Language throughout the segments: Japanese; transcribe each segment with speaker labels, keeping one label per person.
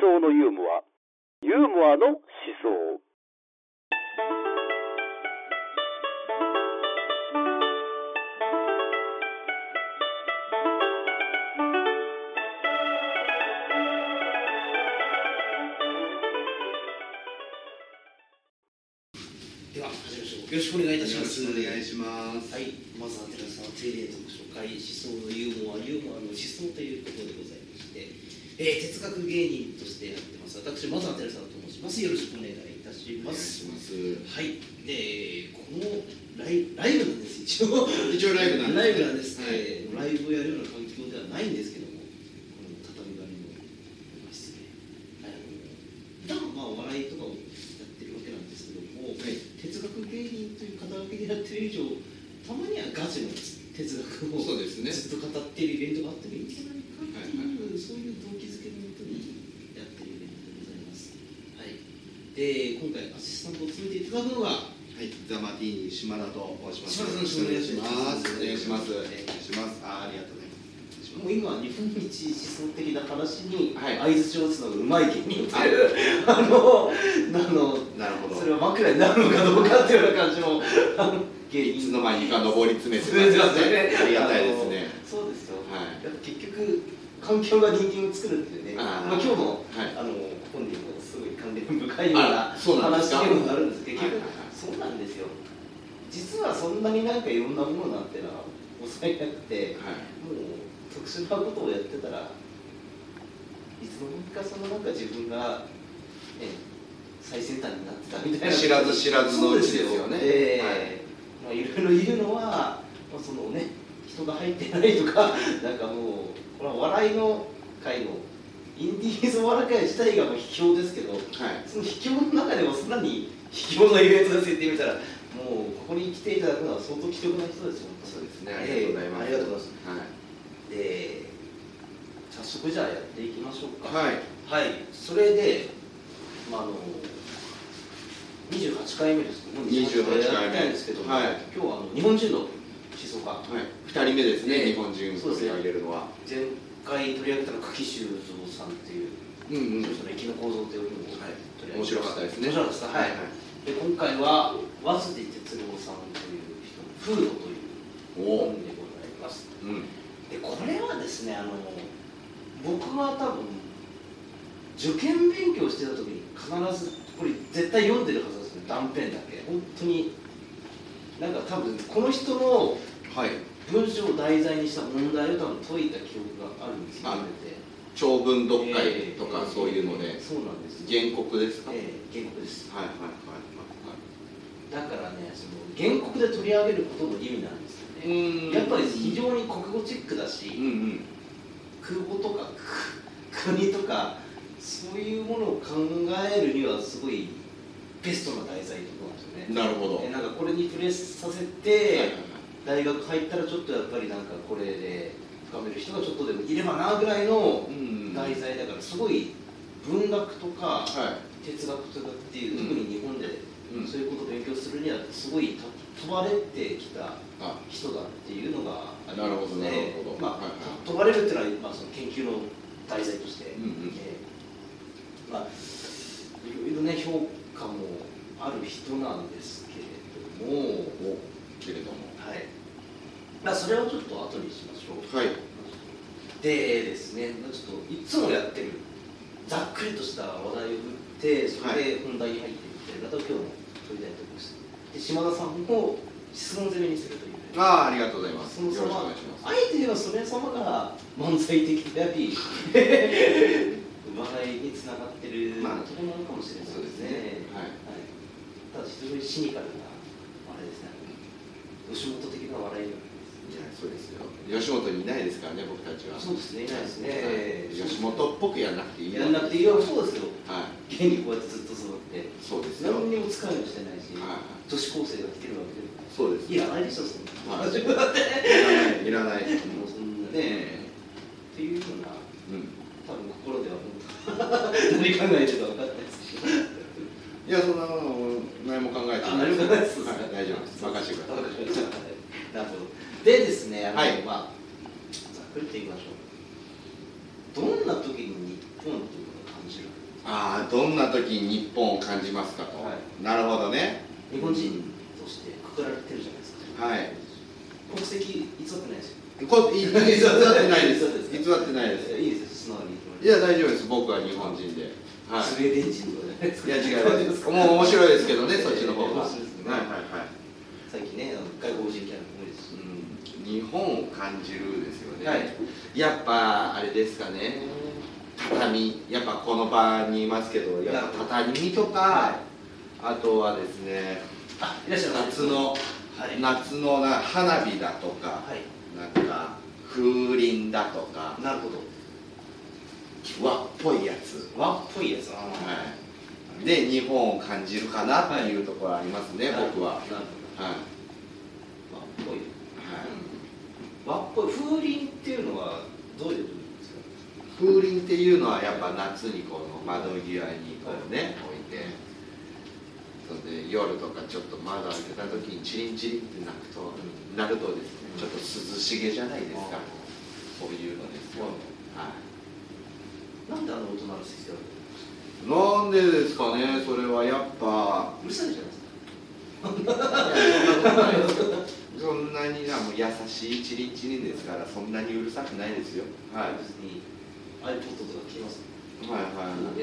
Speaker 1: 想のユーモア、ユーモアの思想。
Speaker 2: では始めましょうよろしくお願いいたします
Speaker 3: よろしくお願いします
Speaker 2: はいまずは寺澤定例とご紹介思想のユーモアユーモアの思想ということでございまして、えー哲学芸人としてやってます私まずは寺澤と申しますよろしくお願いいたしま
Speaker 3: お願い
Speaker 2: す
Speaker 3: します
Speaker 2: はいでこのライライブなんです一応
Speaker 3: 一応ライブなん
Speaker 2: ラ
Speaker 3: です
Speaker 2: イブなんです、
Speaker 3: はい
Speaker 2: えーライブをやるような環境ではないんですけどもこの畳張りの室であの普段は笑いとかをやってるわけなんですけども、
Speaker 3: はい
Speaker 2: 哲学芸人という肩書きでやってる以上たまにはガチの哲学を
Speaker 3: そうですね
Speaker 2: ずっと語っているイベントがあってもいいんじゃないかっていう、そういう動機づけのもとにやってるイベントでございます。はい、で今回アシスタントを務めていただくのが
Speaker 3: はい、ザマティーニ島田と申します。
Speaker 2: 島田さんよろしくお願いします
Speaker 3: お願いします。
Speaker 2: お
Speaker 3: お
Speaker 2: 願
Speaker 3: 願
Speaker 2: いし
Speaker 3: いします。あー、ありがとうございます。
Speaker 2: もう今日本一思想的な話に
Speaker 3: はい
Speaker 2: 相槌を打つのがうまい芸人というあのあの
Speaker 3: なるほど。
Speaker 2: それは枕になるのかどうかっていうような感じもあの芸
Speaker 3: いつ
Speaker 2: 人
Speaker 3: の間にか上り詰めて
Speaker 2: 詰めてますよね
Speaker 3: ありがたいですね。
Speaker 2: あのそうですよ、
Speaker 3: はい
Speaker 2: やっぱ結局環境が人間を作るっていうね
Speaker 3: あー
Speaker 2: まあ、今日の,、
Speaker 3: はい
Speaker 2: あの本人もすごい関連深いような
Speaker 3: あそうなんで
Speaker 2: 話
Speaker 3: す
Speaker 2: っ
Speaker 3: か
Speaker 2: ていうのがあるんですけど結局、
Speaker 3: はいはいはい
Speaker 2: そうなんですよ実はそんなになんかいろんなものなんてのは抑えなくて、
Speaker 3: は
Speaker 2: もう特殊なことをやってたらいつの間にかそのなんか自分が、ね、最先端になってたみたい
Speaker 3: い。
Speaker 2: な
Speaker 3: 知らず知らずのうちですよね。
Speaker 2: ええまあいろいろ言うのは、まあ、そのね人が入ってないとか なんかもうこれは笑いの会のインディーズお笑い会自体がもう卑怯ですけど
Speaker 3: はい。はい。
Speaker 2: その卑怯の中でもさらに卑怯のイベントですよってみたらもうここに来ていただくのは相当貴重な人ですよ
Speaker 3: そうですね。ありがとうございま
Speaker 2: ええ
Speaker 3: す。
Speaker 2: ありがとうござい
Speaker 3: ま
Speaker 2: で早速じゃあやっていきましょうか
Speaker 3: はい。はい。
Speaker 2: はいそれで、まあ、あの28回目ですけどもう
Speaker 3: 28
Speaker 2: や
Speaker 3: 回目
Speaker 2: ったんですけども、
Speaker 3: はい
Speaker 2: 今日はあの日本人の思想家
Speaker 3: 二人目ですね。
Speaker 2: ええ
Speaker 3: 日本人
Speaker 2: そうですね
Speaker 3: 取り上げるのは。
Speaker 2: 前回取り上げたのは久喜修造さんっていう、
Speaker 3: うんうん。
Speaker 2: その生きの構造という本を取り上げ
Speaker 3: 面白かったですね。
Speaker 2: 面白かったですはい、で今回は和津哲郎さんという人の「風土」という
Speaker 3: お
Speaker 2: 本
Speaker 3: お。
Speaker 2: でございます
Speaker 3: うん。
Speaker 2: でこれはですねあの僕は多分受験勉強してた時に必ずこれ絶対読んでるはずですね断片だけ本当になんか多分この人の
Speaker 3: はい。
Speaker 2: 文章を題材にした問題を多分解いた記憶があるんですよ
Speaker 3: あ
Speaker 2: 読んでて
Speaker 3: 長文読解とかそういうの
Speaker 2: え
Speaker 3: で
Speaker 2: え。そうなんです
Speaker 3: 原告ですか。はい
Speaker 2: ええ原告です
Speaker 3: はいはいはい。
Speaker 2: だからねその原告で取り上げることの意味なんですよね
Speaker 3: うん
Speaker 2: やっぱり非常に国語チックだし、
Speaker 3: うんうん
Speaker 2: 空母とかく国とかそういうものを考えるにはすごいベストな題材ってことなんですよね
Speaker 3: なるほど
Speaker 2: えなんかこれに触れさせ
Speaker 3: はいはい
Speaker 2: て
Speaker 3: はい
Speaker 2: 大学入ったらちょっとやっぱりなんかこれで深める人がちょっとでもいればなぐらいの
Speaker 3: うん
Speaker 2: 題材だからすごい文学とか
Speaker 3: は
Speaker 2: 哲学とかっていう
Speaker 3: うん
Speaker 2: 特に日本で
Speaker 3: いうん
Speaker 2: そういうことを勉強するにはすごいた問われてきた
Speaker 3: あ
Speaker 2: 人だっていうのがあり
Speaker 3: なるほ
Speaker 2: ま
Speaker 3: ど
Speaker 2: す
Speaker 3: なる
Speaker 2: ね
Speaker 3: ほど
Speaker 2: ま
Speaker 3: はいは
Speaker 2: あ問われるっていうのは、まあ、その研究の題材として、
Speaker 3: うんうん
Speaker 2: えーまあいろいろね評価もある人なんですけれども、
Speaker 3: おけれども
Speaker 2: はいまあ、それをちょっと後にしましょう
Speaker 3: はい
Speaker 2: でですねまあちょっといつもやってるざっくりとした話題を振ってそれで本題に入っていくという方を今日も取りたいと思いますで島田さんを質問攻めにするというね
Speaker 3: ああありがとうございます
Speaker 2: そ
Speaker 3: よ
Speaker 2: の
Speaker 3: ろしく
Speaker 2: 様
Speaker 3: お願いしま
Speaker 2: あえて言えばそれ様が漫才的であ り笑いにつながってるところ
Speaker 3: まあ
Speaker 2: なのかもしれないで
Speaker 3: すそうですす
Speaker 2: ね
Speaker 3: ね,、
Speaker 2: はい
Speaker 3: はい
Speaker 2: ただ非常にシニカルなあれですね吉本的な笑い
Speaker 3: いやそうですよ吉本にいないですからね僕たちは
Speaker 2: そうですねいないですね
Speaker 3: はい吉本っぽくやらなくていい
Speaker 2: やんなくていい
Speaker 3: は
Speaker 2: よそうですよ
Speaker 3: い
Speaker 2: 現にこうやってずっと座って
Speaker 3: そうですよは
Speaker 2: 何にも使いもしてないし、
Speaker 3: い
Speaker 2: 女子高生が来てるわけで
Speaker 3: そうです
Speaker 2: いやあれでしょそんな、
Speaker 3: は
Speaker 2: 大
Speaker 3: い
Speaker 2: 丈夫だって
Speaker 3: いらないいらない
Speaker 2: もうそんなね、っていうような
Speaker 3: うん
Speaker 2: 多分心では本当何考えてるか分かんないですけど
Speaker 3: いやそんなの何も考えて
Speaker 2: あ何も考えてないです
Speaker 3: はい大丈夫です任せてください
Speaker 2: なるほどでですねあの、
Speaker 3: はい
Speaker 2: まあざっくりと言いましょうどんな時に日本というものを感じるか
Speaker 3: ああどんな時に日本を感じますかと、
Speaker 2: は
Speaker 3: なるほどね
Speaker 2: 日本人としてくくられてるじゃないですか
Speaker 3: はい
Speaker 2: 国籍偽ってないですよ
Speaker 3: こい偽ってないです
Speaker 2: 偽ってないです
Speaker 3: 偽ってないです
Speaker 2: いいですよ素直に
Speaker 3: いや大丈夫です僕は日本人では
Speaker 2: スウェーデン人とかじゃないです
Speaker 3: い
Speaker 2: か
Speaker 3: や違 いますもう面白いですけどねそっちの方が
Speaker 2: 面
Speaker 3: はい
Speaker 2: 白いですね
Speaker 3: はいはい
Speaker 2: 最近ねあの外国人キャラも多いですし
Speaker 3: うん日本を感じるですよね、
Speaker 2: はい
Speaker 3: やっぱあれですかね畳やっぱこの場にいますけどやっぱ畳とか、
Speaker 2: はい
Speaker 3: あとはですね
Speaker 2: あいらっしゃいます
Speaker 3: 夏の
Speaker 2: はいは
Speaker 3: 夏のな花火だとか、
Speaker 2: い
Speaker 3: なんか風鈴だとか
Speaker 2: なるほど
Speaker 3: 和っぽいやつ、
Speaker 2: 和っぽいやつあー
Speaker 3: はい、で日本を感じるかなっていうところありますね、
Speaker 2: なるほ
Speaker 3: 僕
Speaker 2: ど
Speaker 3: は、は
Speaker 2: なる
Speaker 3: いはい
Speaker 2: ほど和っぽい和っぽい風鈴っていうのはどういう風鈴ですか
Speaker 3: 風鈴っていうのはやっぱ夏にこの窓際にこうね、置いてそれで夜とかちょっと窓開けた時にチリンチリンって鳴くと鳴るとですねちょっと涼しげじゃないですか
Speaker 2: あ
Speaker 3: そういうのですよ、はい
Speaker 2: なんであの大人の席である
Speaker 3: なんでですかね、それはやっぱ、
Speaker 2: うるさいじゃないですか
Speaker 3: そんなにな、もう優しいチリンチリンですから、そんなにうるさくないですよ。はい。
Speaker 2: 別に iPod とか聞きます
Speaker 3: はい
Speaker 2: い
Speaker 3: は
Speaker 2: や本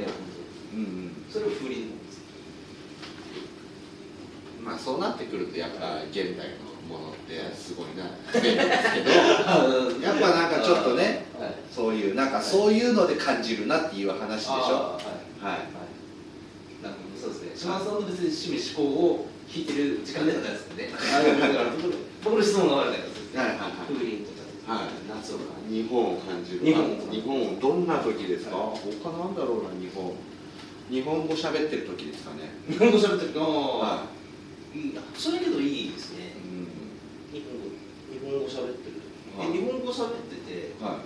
Speaker 3: い。うん
Speaker 2: 当それを風鈴なんです
Speaker 3: うん。まあ、そうなってくると、やっぱ現代のものってすごいな、便利ですけど。 やっぱなんかちょっとね
Speaker 2: はい
Speaker 3: そういう、なんかそういうので感じるなっていう話でしょ。
Speaker 2: あ
Speaker 3: は
Speaker 2: ーはい
Speaker 3: い。
Speaker 2: はい、なんかそうですね、島田さんの別に趣味、思考を聞いてる時間ではないですよね、だから僕の僕の質問が悪かったですね、
Speaker 3: はいはいはい
Speaker 2: 風鈴とか、
Speaker 3: はい
Speaker 2: 夏を感じ
Speaker 3: 日本を感じる
Speaker 2: 日本
Speaker 3: あ日本をどんな時ですか、他なんだろうな日本日本語喋ってる時ですかね
Speaker 2: 日本語喋ってるの、、
Speaker 3: はい
Speaker 2: いな、それけどいいですね
Speaker 3: い、うん
Speaker 2: 日本語、日本語喋ってると、
Speaker 3: はい
Speaker 2: で日本語喋ってて、
Speaker 3: はい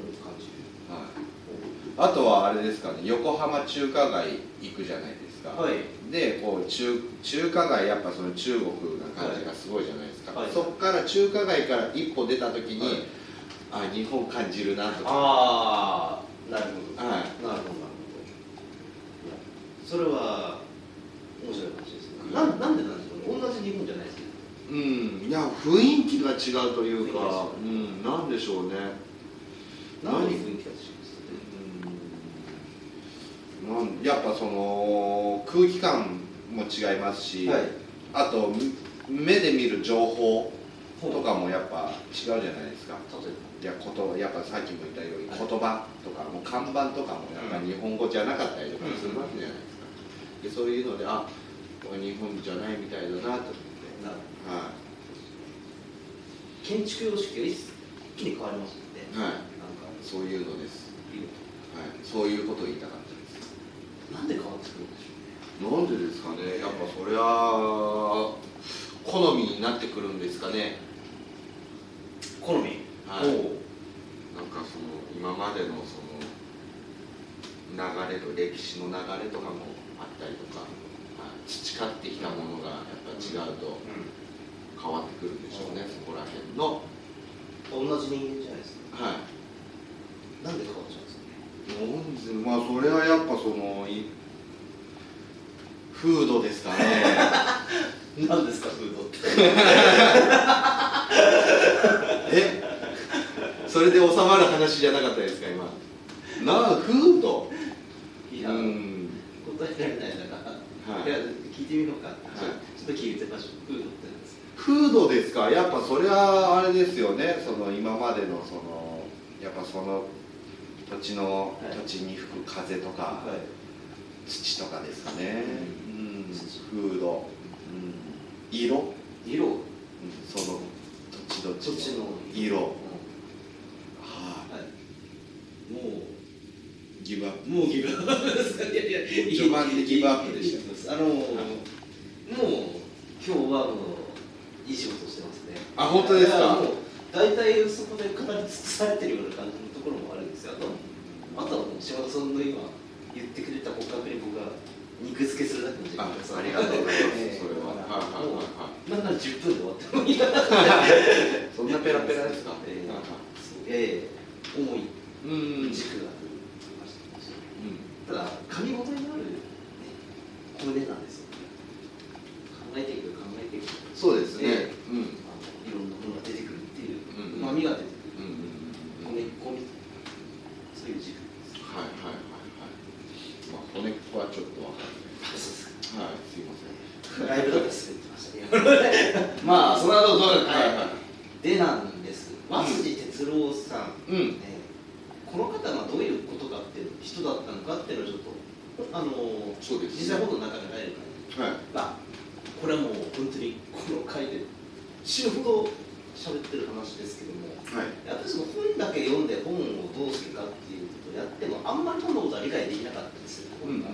Speaker 2: うん、感じる、
Speaker 3: はい、あとはあれですかね横浜中華街行くじゃないですか、
Speaker 2: はい、
Speaker 3: でこう中中華街やっぱその中国な感じがすごいじゃないですか、
Speaker 2: はい
Speaker 3: そっから中華街から一歩出た時に、
Speaker 2: はい
Speaker 3: あ日本感じるなとか
Speaker 2: あ
Speaker 3: は
Speaker 2: ー、なる
Speaker 3: い
Speaker 2: ほど、なるほど、なるほど、それは面白い話ですね、ななんでなんですかね、同じ日本じゃないですけど。
Speaker 3: うんいや雰囲気が違うというか
Speaker 2: 雰
Speaker 3: う
Speaker 2: 囲気
Speaker 3: んなんでしょうね
Speaker 2: 何に雰囲気が違うんですかね
Speaker 3: うんなんやっぱその空気感も違いますし、
Speaker 2: はい
Speaker 3: あと目で見る情報
Speaker 2: ほう
Speaker 3: とかもやっぱ違うじゃないですか
Speaker 2: 例え
Speaker 3: いやことやっぱさっきも言ったように言
Speaker 2: はい
Speaker 3: 葉とかもう看板とかもやっぱ日本語じゃなかったりとかするわけじゃないですか、でそういうのであ日本じゃないみたいだなと思って、
Speaker 2: ばなんか
Speaker 3: は
Speaker 2: 建築様式が一気に変わりますので、
Speaker 3: いはい、
Speaker 2: なんか
Speaker 3: そういうのです、
Speaker 2: いいこ
Speaker 3: はい、そういうことを言いたかったです
Speaker 2: となんで変わってくるんでしょ
Speaker 3: なんでですかね、やっぱそりゃあ、好みになってくるんですかね、
Speaker 2: う好み
Speaker 3: は
Speaker 2: おう
Speaker 3: いなんかその今までのその流れと歴史の流れとかもあったりとか、はい培ってきたものがやっぱ違うと変わってくるんでしょうね、そこら辺の、
Speaker 2: うん同じ人間じゃないですか
Speaker 3: はい、
Speaker 2: なんで変わっちゃうんですかね
Speaker 3: なんでまあそれはやっぱそのい風土ですか ね。
Speaker 2: 何ですかフードって
Speaker 3: えそれで収まる話じゃなかったですか今なあ風土
Speaker 2: いや、
Speaker 3: うん
Speaker 2: 答えられないだから、
Speaker 3: はい
Speaker 2: いや聞いてみようか、
Speaker 3: い
Speaker 2: ちょっと聞いてみましょうフードってなんですか
Speaker 3: 風土ですかやっぱそれはあれですよねその今までのそのやっぱその土地の、
Speaker 2: はい
Speaker 3: 土地に吹く風とか、
Speaker 2: はい
Speaker 3: 土とかですかね、うん、
Speaker 2: 土
Speaker 3: 風土、うん、色、うん、
Speaker 2: 色を
Speaker 3: その土地
Speaker 2: そっ
Speaker 3: 土
Speaker 2: ち
Speaker 3: 地
Speaker 2: の
Speaker 3: の色
Speaker 2: う
Speaker 3: は
Speaker 2: ん
Speaker 3: あ
Speaker 2: はいもう
Speaker 3: ギブアップ
Speaker 2: もうギブアップですいやいや
Speaker 3: 序盤でギブアップでした
Speaker 2: あのもう今日はもういい仕事をしてますね
Speaker 3: あ本当ですか
Speaker 2: いやもう大体そこでかなり尽くされてるような感じのところもあるんですよあとあとはもう島田さんの今言ってくれた骨格に僕が肉付けするだけの時間
Speaker 3: あ
Speaker 2: です
Speaker 3: ありがとうございます
Speaker 2: ええ
Speaker 3: それははいはいはいは
Speaker 2: もう
Speaker 3: い
Speaker 2: なんなら10分で終わってもいいかな
Speaker 3: そんなペラペラですか。
Speaker 2: ええ
Speaker 3: なんか
Speaker 2: ええ重い
Speaker 3: うん。うん。
Speaker 2: 軸がありましたただ髪もライブとか滑ってましたねまあその後どうだったかでなんです和辻哲郎さん、
Speaker 3: うんうん
Speaker 2: ねこの方がどういうことがっていう人だったのかっていうのをちょっとあの
Speaker 3: そうですね
Speaker 2: 実際僕の中に入るか
Speaker 3: はい
Speaker 2: ら、まあ、これはもう本当にこの回で死ぬほど喋ってる話ですけども
Speaker 3: はい
Speaker 2: 私も本だけ読んで本をどうするかっていうことをやってもあんまり本のことは理解できなかったりするところが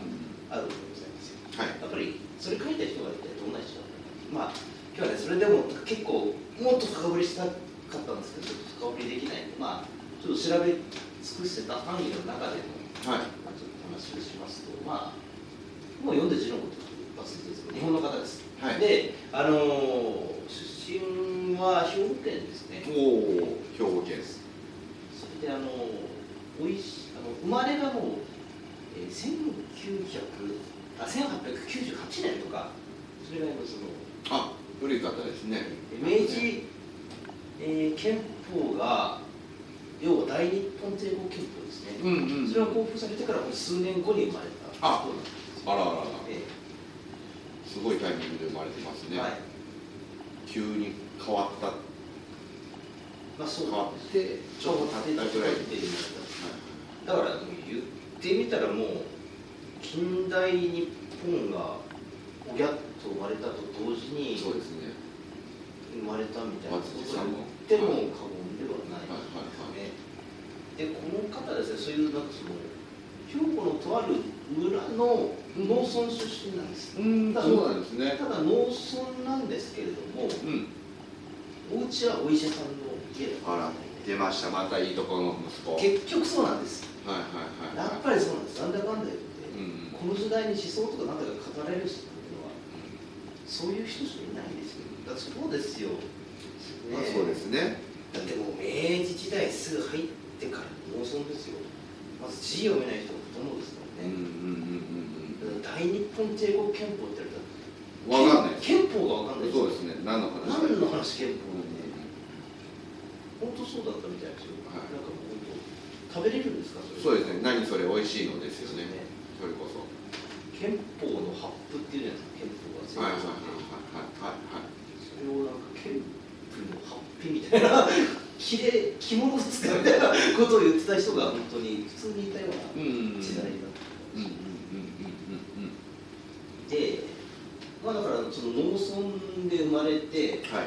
Speaker 2: あると思うんですよ
Speaker 3: は
Speaker 2: や
Speaker 3: い
Speaker 2: っぱりそれ書いた人が一体どんな人なのかまあ今日はねそれでも結構もっと深掘りしたかったんですけどちょっと深掘りできないんでまあちょっと調べ尽くしてた範囲の中での、
Speaker 3: はい
Speaker 2: まあ、ちょっと話をしますとまあもう読んで字のこと一発ですけど日本の方です、
Speaker 3: はい
Speaker 2: であのー出身は兵庫県ですね
Speaker 3: おお兵庫県です
Speaker 2: それであのおいしあの生まれがもう、えー、1900あ1898年とかそれが今その
Speaker 3: あ古い方ですね
Speaker 2: 明治、えー憲法が要は大日本帝国憲法ですね、
Speaker 3: うんうん
Speaker 2: それが公布されてからもう数年後に生まれた
Speaker 3: あ
Speaker 2: そうなんです
Speaker 3: あらあらあら
Speaker 2: え
Speaker 3: すごいタイミングで生まれてます
Speaker 2: え
Speaker 3: ね、
Speaker 2: はい
Speaker 3: 急に変わった、はい、
Speaker 2: まあそう
Speaker 3: 変わっ
Speaker 2: でちょうど
Speaker 3: 変わったぐらい
Speaker 2: っていうだからでも言ってみたらもう近代日本がおぎゃっと生まれたと同時に
Speaker 3: そうですね
Speaker 2: 生まれたみたいなことを
Speaker 3: 松井さんも
Speaker 2: 言っても過言ではない
Speaker 3: はいはいはい
Speaker 2: ですね。でこの方ですねそういうなんかその兵庫のとある村の農村出身なんです、
Speaker 3: うんそうなんですね
Speaker 2: ただ農村なんですけれども
Speaker 3: うん
Speaker 2: お家はお医者さんの家だ
Speaker 3: あら出ましたまたいいとこの息子はい
Speaker 2: 結局そうなんです
Speaker 3: はいはいはい
Speaker 2: やっぱりそうなんですなんだかんだ言って、こ
Speaker 3: うん
Speaker 2: の時代に思想とか何だか語られる人っていうのはそういう人しかいないんですよだからそうですよ、ね
Speaker 3: まあそうですね
Speaker 2: だってもう明治時代すぐ入ってから農村ですよまず字読めない人がほとんどですか
Speaker 3: う
Speaker 2: ら
Speaker 3: んうん
Speaker 2: ね、
Speaker 3: うん
Speaker 2: だから大日本帝国憲法って言われたら
Speaker 3: うんうんわかんないです
Speaker 2: 憲法がわかんない
Speaker 3: そうですね何の話だ
Speaker 2: 何の話
Speaker 3: う
Speaker 2: 憲
Speaker 3: ん
Speaker 2: 法ね本当そうだったみたいですよ、
Speaker 3: はい
Speaker 2: なんかもう本当食べれるんですかそれ
Speaker 3: そうですね何それ美味しいのです
Speaker 2: です
Speaker 3: よ
Speaker 2: よ
Speaker 3: ね
Speaker 2: ね
Speaker 3: それこそ
Speaker 2: 憲法の発布っていうじゃないですか憲法が
Speaker 3: はいはい
Speaker 2: 制
Speaker 3: はい
Speaker 2: 定されてそれ
Speaker 3: はいは
Speaker 2: をなんかケンプのハッピーみたいなきれい着物を使うみたいなことを言ってた人が本当に普通にいたよう
Speaker 3: いはいうんうんうんうんうんうんうん
Speaker 2: な時代だったんです、で、まあ、だからその農村で生まれてだか
Speaker 3: は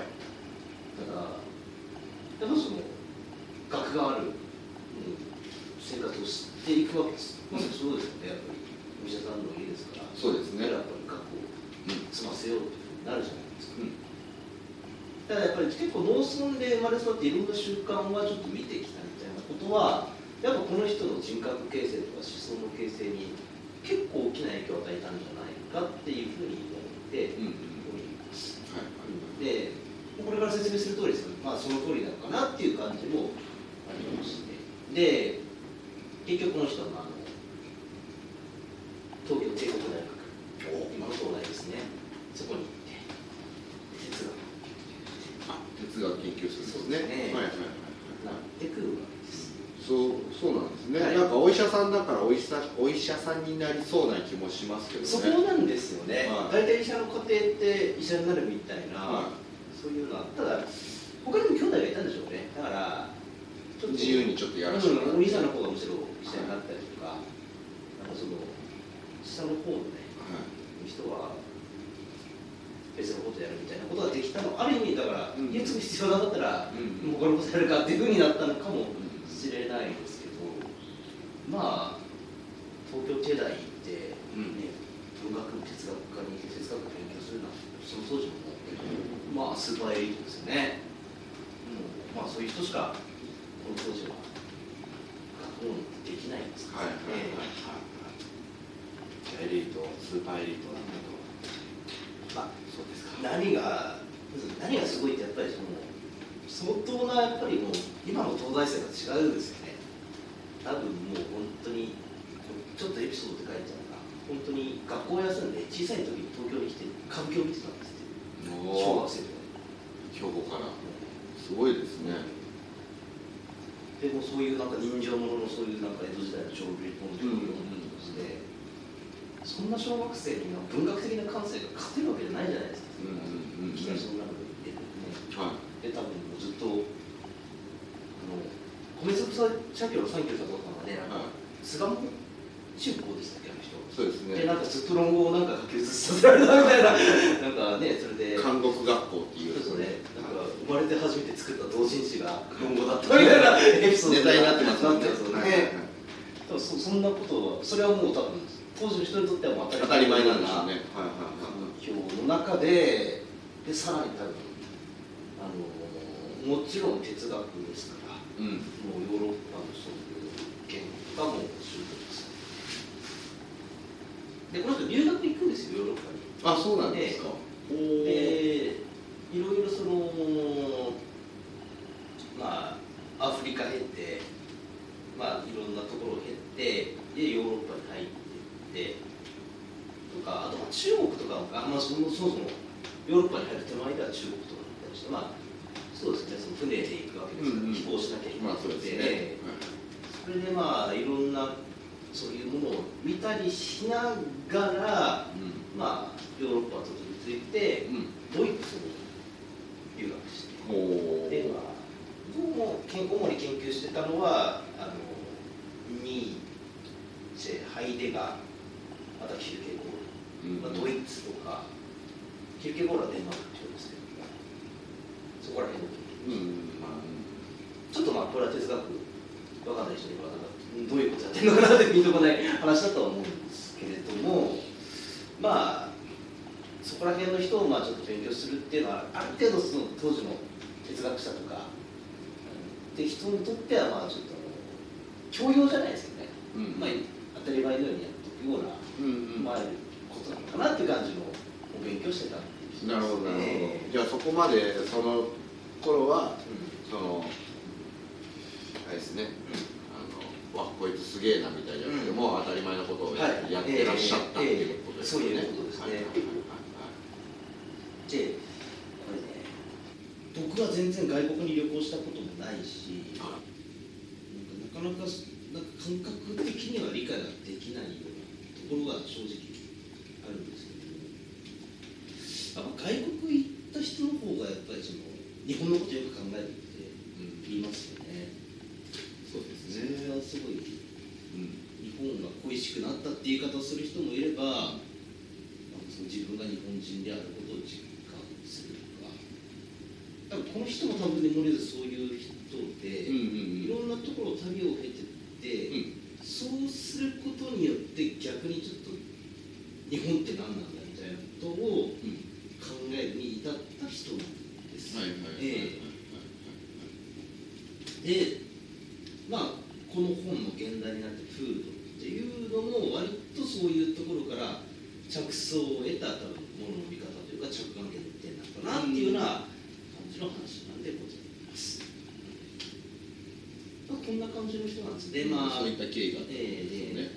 Speaker 3: い
Speaker 2: らやっぱその学がある、うん生活をしていくわけです、まさにそうですよねやっぱりお医者さんの家ですから
Speaker 3: そうですね
Speaker 2: やっぱり学校
Speaker 3: うん
Speaker 2: 済ませようってなるじゃないですか、
Speaker 3: うん
Speaker 2: ただからやっぱり結構農村で生まれ育っていろんな習慣はちょっと見てきたみたいなことはやっぱこの人の人格形成とか思想の形成に結構大きな影響を与えたんじゃないかっていうふうに思って
Speaker 3: うんうん
Speaker 2: おります
Speaker 3: はい
Speaker 2: でこれから説明する通りですよねまあその通りなのかなっていう感じもありましてで結局この人はまああの東京帝国大学今の東大ですねそこに行って哲学
Speaker 3: あ哲学研究室で
Speaker 2: そう
Speaker 3: すね
Speaker 2: ですね
Speaker 3: はいはいはい
Speaker 2: になってくるわけです
Speaker 3: そうそうなんですね、
Speaker 2: はい
Speaker 3: なんかお医者さんだからお医者お医者さんになりそうな気もしますけどね
Speaker 2: そこなんですよね、
Speaker 3: は
Speaker 2: 大
Speaker 3: い
Speaker 2: 体医者の家庭って医者になるみたいな、
Speaker 3: は
Speaker 2: そういうのはただ他にも兄弟がいたんでしょうねだからちょっと
Speaker 3: 自由にちょっとやらせてもら
Speaker 2: うお
Speaker 3: うん
Speaker 2: 兄さんの方がむしろ医者になったりとか、なんかその下の方のね人は別のことやるみたいなことができたのある意味だから、
Speaker 3: うん
Speaker 2: 家継ぐ必要なかったら、
Speaker 3: うん
Speaker 2: 他のことやるかっていうふうになったのかもしれないですけどまあ東京帝大行って、ね
Speaker 3: うん
Speaker 2: 文学部哲学科に行って哲学勉強するのはその当時もまあスーパーエリートですよねもうまあそういう人しかこの当時は学問できないんですか
Speaker 3: はい
Speaker 2: ら
Speaker 3: はいはい
Speaker 2: ね、
Speaker 3: はいはいエリートスーパーエリートなんだと
Speaker 2: まあ
Speaker 3: そうですか
Speaker 2: 何が何がすごいってやっぱりその相当なやっぱりもう今の東大生が違うんですよね多分もう本当にちょっとエピソードで書いちゃうな本当に学校休んで小さい時に東京に来て歌舞伎を見てたんですって小
Speaker 3: お
Speaker 2: 学
Speaker 3: ー
Speaker 2: 生と
Speaker 3: 兵庫から
Speaker 2: か
Speaker 3: すごいですね
Speaker 2: でもうそういうなんか人情もののそういうなんか江戸時代の長文本とかを読んでたりとかして、そそんな小学生には文学的な感性が勝てるわけじゃないじゃないですか、
Speaker 3: うんうんうんうん
Speaker 2: 期待してもらうこと言ってるね
Speaker 3: は
Speaker 2: で多分もうずっとあの米粒さ社協の三級さんとかがね
Speaker 3: い、
Speaker 2: なんか
Speaker 3: は
Speaker 2: 菅も中高でしたっけあの人
Speaker 3: い、そうです
Speaker 2: でなん
Speaker 3: ね
Speaker 2: かずっと論語をなんか書き写しさせられたみたい ななんかねそれで
Speaker 3: 韓国学校って
Speaker 2: そう
Speaker 3: いう
Speaker 2: ですねなんか
Speaker 3: は
Speaker 2: 生まれて初めて作った同人誌が論語だったみたいなエピソード
Speaker 3: ネタになってますもん
Speaker 2: ね
Speaker 3: ねはいはいはい
Speaker 2: 多分そそんなことはそれはもう多分当時の人にとってはもう
Speaker 3: 当たり前なんでしょ
Speaker 2: よ
Speaker 3: うねはいはい
Speaker 2: 環境の中ででさらに多分あのもちろん哲学ですから
Speaker 3: はいうん
Speaker 2: もうヨーロッパのそういう言語がもう習得ですでこの人留学行くんですよヨーロッパに
Speaker 3: あそうなんですかおー
Speaker 2: でいろいろそのまあアフリカ経ってまあいろんなところを経ってでヨーロッパに入っていってとかあとは中国とかあまあそもそもそもヨーロッパに入る手前では中国とかだったりしてまあそうですねその船で行くわけですから、
Speaker 3: うんうん
Speaker 2: 飛行しなきゃいけな
Speaker 3: まあ
Speaker 2: く
Speaker 3: そうです
Speaker 2: て、
Speaker 3: ね
Speaker 2: それでまあいろんなそういうものを見たりしながら
Speaker 3: はいうん
Speaker 2: まあヨーロッパと結びついて、
Speaker 3: うん
Speaker 2: ドイツに留学して
Speaker 3: おお
Speaker 2: でまあどうもけん主に研究してたのはあのニーチェハイデガーまたキルケゴール、まあ、ドイツとかキルケゴールはデンマークって言うんですけどそこら辺の研究
Speaker 3: うんまあ
Speaker 2: ちょっとまあこれは哲学わかんない人にはなんかどういうことやってるのかなって見とこ ない話だとは思うんですけれどもまあそこら辺の人をまあちょっと勉強するっていうのはある程度その当時の哲学者とかって人にとってはまあちょっと教養じゃないですよね、
Speaker 3: うん
Speaker 2: まあ、当たり前のようにやっていくような、
Speaker 3: うんうん
Speaker 2: まあ、ことなのかなっていう感じのお勉強してたっていう人ですね
Speaker 3: なるほどなるほどじゃあそこまでその頃は
Speaker 2: う
Speaker 3: そのあれですねあのわこいつすげえなみたいじゃなくて
Speaker 2: うん
Speaker 3: もう当たり前のことをや
Speaker 2: はい
Speaker 3: やってらっしゃったっていうことですよね
Speaker 2: ええええそういうことですね
Speaker 3: はいはいはいはい
Speaker 2: んでこれね僕は全然外国に旅行したこともないし、なんかなかなんか感覚的には理解ができないようなところが正直あるんですけど、あ外国行った人の方がやっぱりその日本のことよく考えるって言いますよね。
Speaker 3: そうです
Speaker 2: そ
Speaker 3: ね
Speaker 2: れはすごい日
Speaker 3: うん
Speaker 2: 本が恋しくなったって言い方をする人もいれば、あのその自分が日本人であることを実感するとか、多分この人も多分ね、モレズそういう人で。
Speaker 3: うん
Speaker 2: いろんなところを旅を経てって、
Speaker 3: うん
Speaker 2: そうすることによって逆にちょっと日本って何なんだみたいなことを
Speaker 3: うんうん
Speaker 2: 考えに至った人なんです、
Speaker 3: はいはいはいはい
Speaker 2: ええでまあこの本の現代になって「フード」っていうのも割とそういうところから着想を得た多分ものの見方というか着眼点だったなっていうような感じの話なんでございます、まあ、こんな感じの人なんですでまあ
Speaker 3: そういった経緯があったんですよね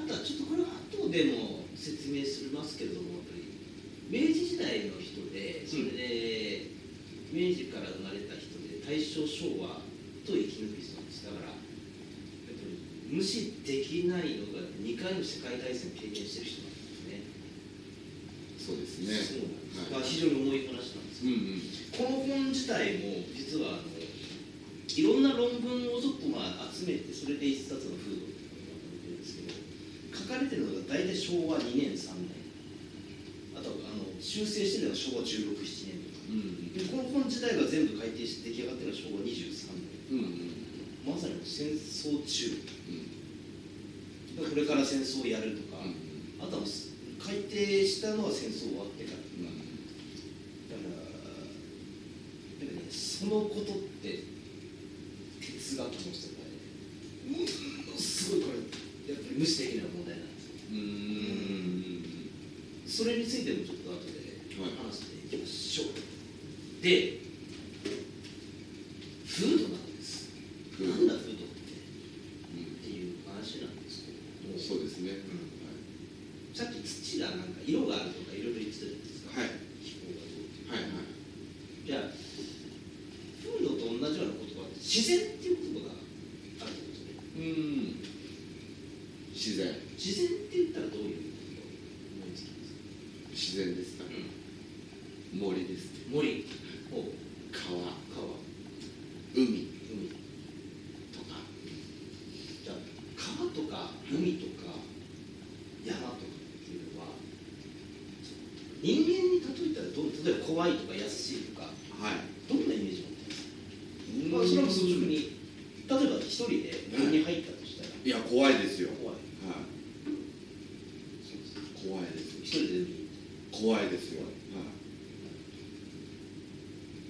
Speaker 2: え
Speaker 3: はいは
Speaker 2: あ
Speaker 3: いはい
Speaker 2: とはちょっとこれは後でも説明しますけれどもやっぱり明治時代の人でそれで明治から生まれた人で大正昭和と生き抜く人なんですだからやっぱり無視できないのが2回の世界大戦を経験してる人なんですね
Speaker 3: そうです
Speaker 2: そう
Speaker 3: ね
Speaker 2: なんです、
Speaker 3: は
Speaker 2: まあ、
Speaker 3: い
Speaker 2: 非常に重い話なんです
Speaker 3: うんう
Speaker 2: こ
Speaker 3: ん
Speaker 2: の本自体も実はあのいろんな論文をちょっとまあ集めてそれで一冊の風土っていうのをまとめてるんですけど書かれてるのが大体昭和2年3年あとあの修正してるのが昭和167年とかでこの
Speaker 3: うん
Speaker 2: 本自体が全部改訂して出来上がってるのは昭和23年ま
Speaker 3: うんうんうん
Speaker 2: さに戦争中
Speaker 3: うん
Speaker 2: これから戦争をやるとか、
Speaker 3: う
Speaker 2: あとは改訂したのは戦争終わってからとか
Speaker 3: んうん
Speaker 2: だからなんかねそのことって哲学の世界でものすごいこれやっぱり無視できない問題なんですよ
Speaker 3: うーん
Speaker 2: それについてもちょっと後で話していきましょう、でフードなんです
Speaker 3: フ
Speaker 2: な
Speaker 3: ー
Speaker 2: んだ
Speaker 3: ド
Speaker 2: フードってっていう話なんですけ
Speaker 3: う
Speaker 2: ど
Speaker 3: ん
Speaker 2: も
Speaker 3: そうですね。
Speaker 2: さっき土がなんか色があるとかいろいろ言ってたじゃないですか、
Speaker 3: はい
Speaker 2: 気候がどうっていう
Speaker 3: はいは
Speaker 2: じゃ
Speaker 3: い。
Speaker 2: あ、風土と同じような言葉で自然っていう言葉があるってことですね。
Speaker 3: うん。自然。
Speaker 2: 自然って言ったらどういう
Speaker 3: 自然ですから森ですね
Speaker 2: 森を
Speaker 3: 川
Speaker 2: 川
Speaker 3: 海
Speaker 2: 海
Speaker 3: とか
Speaker 2: じゃあ川とか海とか山とかっていうのはその人間に例えたらどう例えば怖いとか優しいとか
Speaker 3: はい
Speaker 2: どんなイメージを持ってますか、まあ、それも率直に例えば一人で森に入ったとしたら
Speaker 3: いや怖いですよ
Speaker 2: 怖い
Speaker 3: は
Speaker 2: そうです
Speaker 3: い怖いです
Speaker 2: 一人で海に
Speaker 3: 怖いですよはい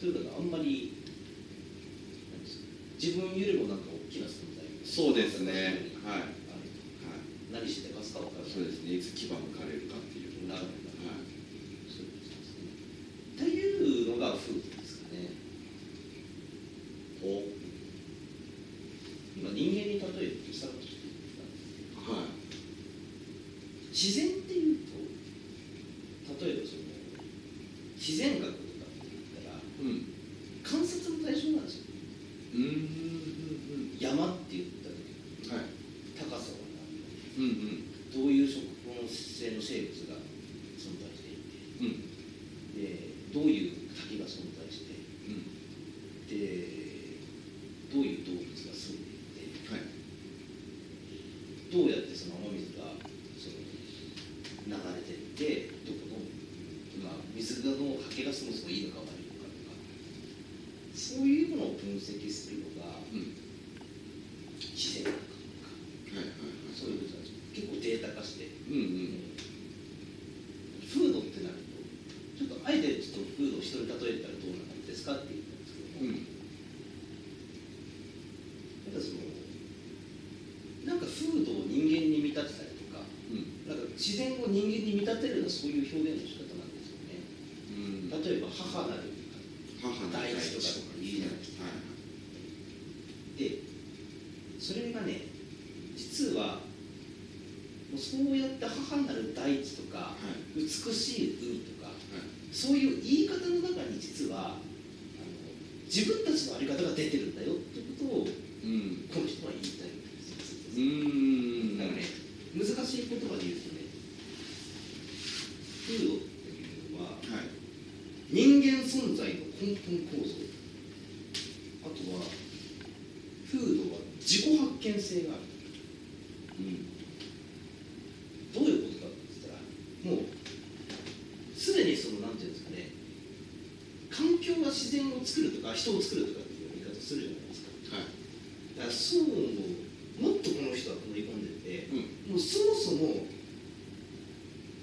Speaker 2: というかあんまりなんですか自分よりもなんか大きな存在
Speaker 3: そうですねはい
Speaker 2: ある
Speaker 3: は
Speaker 2: 何してますか分から
Speaker 3: い
Speaker 2: ない
Speaker 3: そうですねいつ牙向かれるかっていう
Speaker 2: なるほど
Speaker 3: はい
Speaker 2: そういうことですねというのが夫婦ですかね
Speaker 3: お
Speaker 2: 今人間に例えるとしたらちょっと
Speaker 3: はい
Speaker 2: 自然っていうと例えばその自然学とかって言ったら
Speaker 3: うん
Speaker 2: 観察の対象なんですよ
Speaker 3: うんうん
Speaker 2: 山って言った時に
Speaker 3: うんはい
Speaker 2: 高さは何
Speaker 3: うん
Speaker 2: だどういう食物性の生物が存在してい
Speaker 3: うんうん
Speaker 2: てでどういう滝が存在して
Speaker 3: うん
Speaker 2: でどういう動物が住んでいて
Speaker 3: はい
Speaker 2: どうやってその雨水がその流れてってどこの、まあ、水のはけがそもそもいいのか悪いのかとかそういうものを分析するのが
Speaker 3: うん
Speaker 2: 自然学とか
Speaker 3: はいはいはい
Speaker 2: そういうことなんです結構データ化して、
Speaker 3: うんうん
Speaker 2: フードってなるとちょっとあえてちょっとフードを人に例えたらどうなるんですかって言ったんですけども、
Speaker 3: うん
Speaker 2: なんかそのなんかフードを人間に見立てたりとか
Speaker 3: うん
Speaker 2: なんか自然を人間に見立てるのはそういう表現の仕方なんですよね
Speaker 3: うん
Speaker 2: 例えば母なる
Speaker 3: 母の
Speaker 2: 大地とかいいじゃないで
Speaker 3: は
Speaker 2: でそれがね実はもうそうやって母なる大地とか
Speaker 3: いはい
Speaker 2: 美しい海とか
Speaker 3: はい
Speaker 2: そういう言い方の中に実はあの自分たちの在り方が出てるんだよってことを
Speaker 3: うん
Speaker 2: この人は言いたいんです
Speaker 3: う
Speaker 2: よ、
Speaker 3: ーん
Speaker 2: だからね難しい言葉で言うとね風土っていうのは
Speaker 3: はい
Speaker 2: 人間存在の根本構造あとは風土は自己発見性がある
Speaker 3: うん
Speaker 2: どういうことかって言ったらもうすでにそのなんていうんですかね環境が自然を作るとか人を作るとかっていう言い方するじゃないですか
Speaker 3: はい
Speaker 2: だからそうももっとこの人は乗り込んでて
Speaker 3: うん
Speaker 2: もうそもそも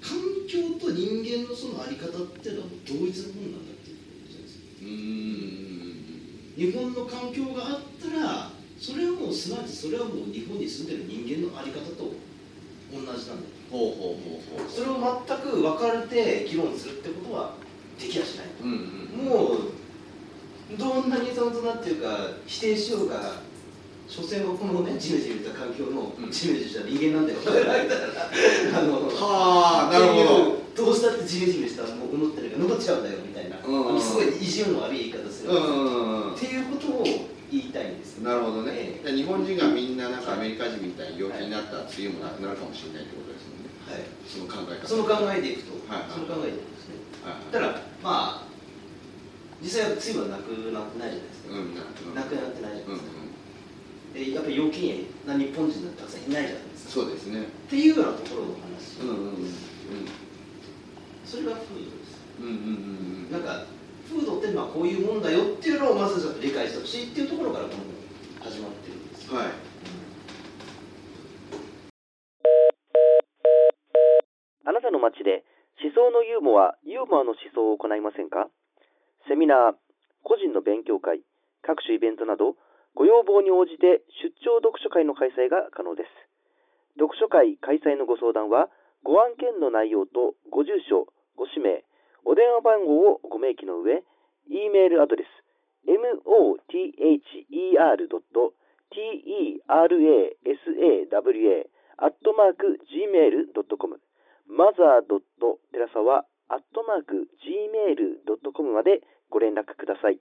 Speaker 2: 環境と人間のそのあり方っていうのはもう同一のものなんだっていうことじゃないですか
Speaker 3: うーん
Speaker 2: 日本の環境があったらそれはもうすなわちそれはもう日本に住んでる人間の在り方と同じなんだ
Speaker 3: ほうほうほうほう
Speaker 2: それを全く分かれて議論するってことはできやしない
Speaker 3: うんうん
Speaker 2: もうどんなにそんなっていうか否定しようが所詮はこのねジメジメした環境の
Speaker 3: うん
Speaker 2: ジメジメした人間なんだよあの
Speaker 3: はあなる
Speaker 2: っ
Speaker 3: ほど
Speaker 2: ていうどうしたってジメジメしたもう思ってるから残っちゃうんだよみたいな
Speaker 3: うんうん
Speaker 2: すごい意地の悪い言い方する
Speaker 3: うん
Speaker 2: っていうことを言いたいんです
Speaker 3: なるほど
Speaker 2: え
Speaker 3: ね日本人がみんななんかアメリカ人みたいに陽気になったら梅雨もなくなるかもしれないってことですもんね
Speaker 2: はい、
Speaker 3: その考え方
Speaker 2: その考
Speaker 3: はい
Speaker 2: えでいくと、
Speaker 3: はいはい
Speaker 2: その考えでいくんですね
Speaker 3: はい
Speaker 2: だからまあ実際はついはなくなってないじゃないですか、
Speaker 3: うんな
Speaker 2: なくなってないじゃ
Speaker 3: う
Speaker 2: なんいです
Speaker 3: うん
Speaker 2: か、でやっぱり要件な日本人がたくさんいないじゃないですか
Speaker 3: そうですね
Speaker 2: っていうようなところの話、
Speaker 3: うんうんうん
Speaker 2: それが風土です
Speaker 3: うんうんうんうん
Speaker 2: なんか風土ってまあこういうもんだよっていうのをまずちょっと理解してほしいっていうところからこの始まってるんですよ、
Speaker 3: はい
Speaker 1: あなたの街で思想のユーモア、ユーモアの思想を行いませんかセミナー、個人の勉強会、各種イベントなど、ご要望に応じて出張読書会の開催が可能です。読書会開催のご相談は、ご案件の内容とご住所、ご氏名、お電話番号をご明記の上、E メールアドレス、mother.terasawa アットマーク gmail.com mother.terasawa.gmail.com までご連絡ください。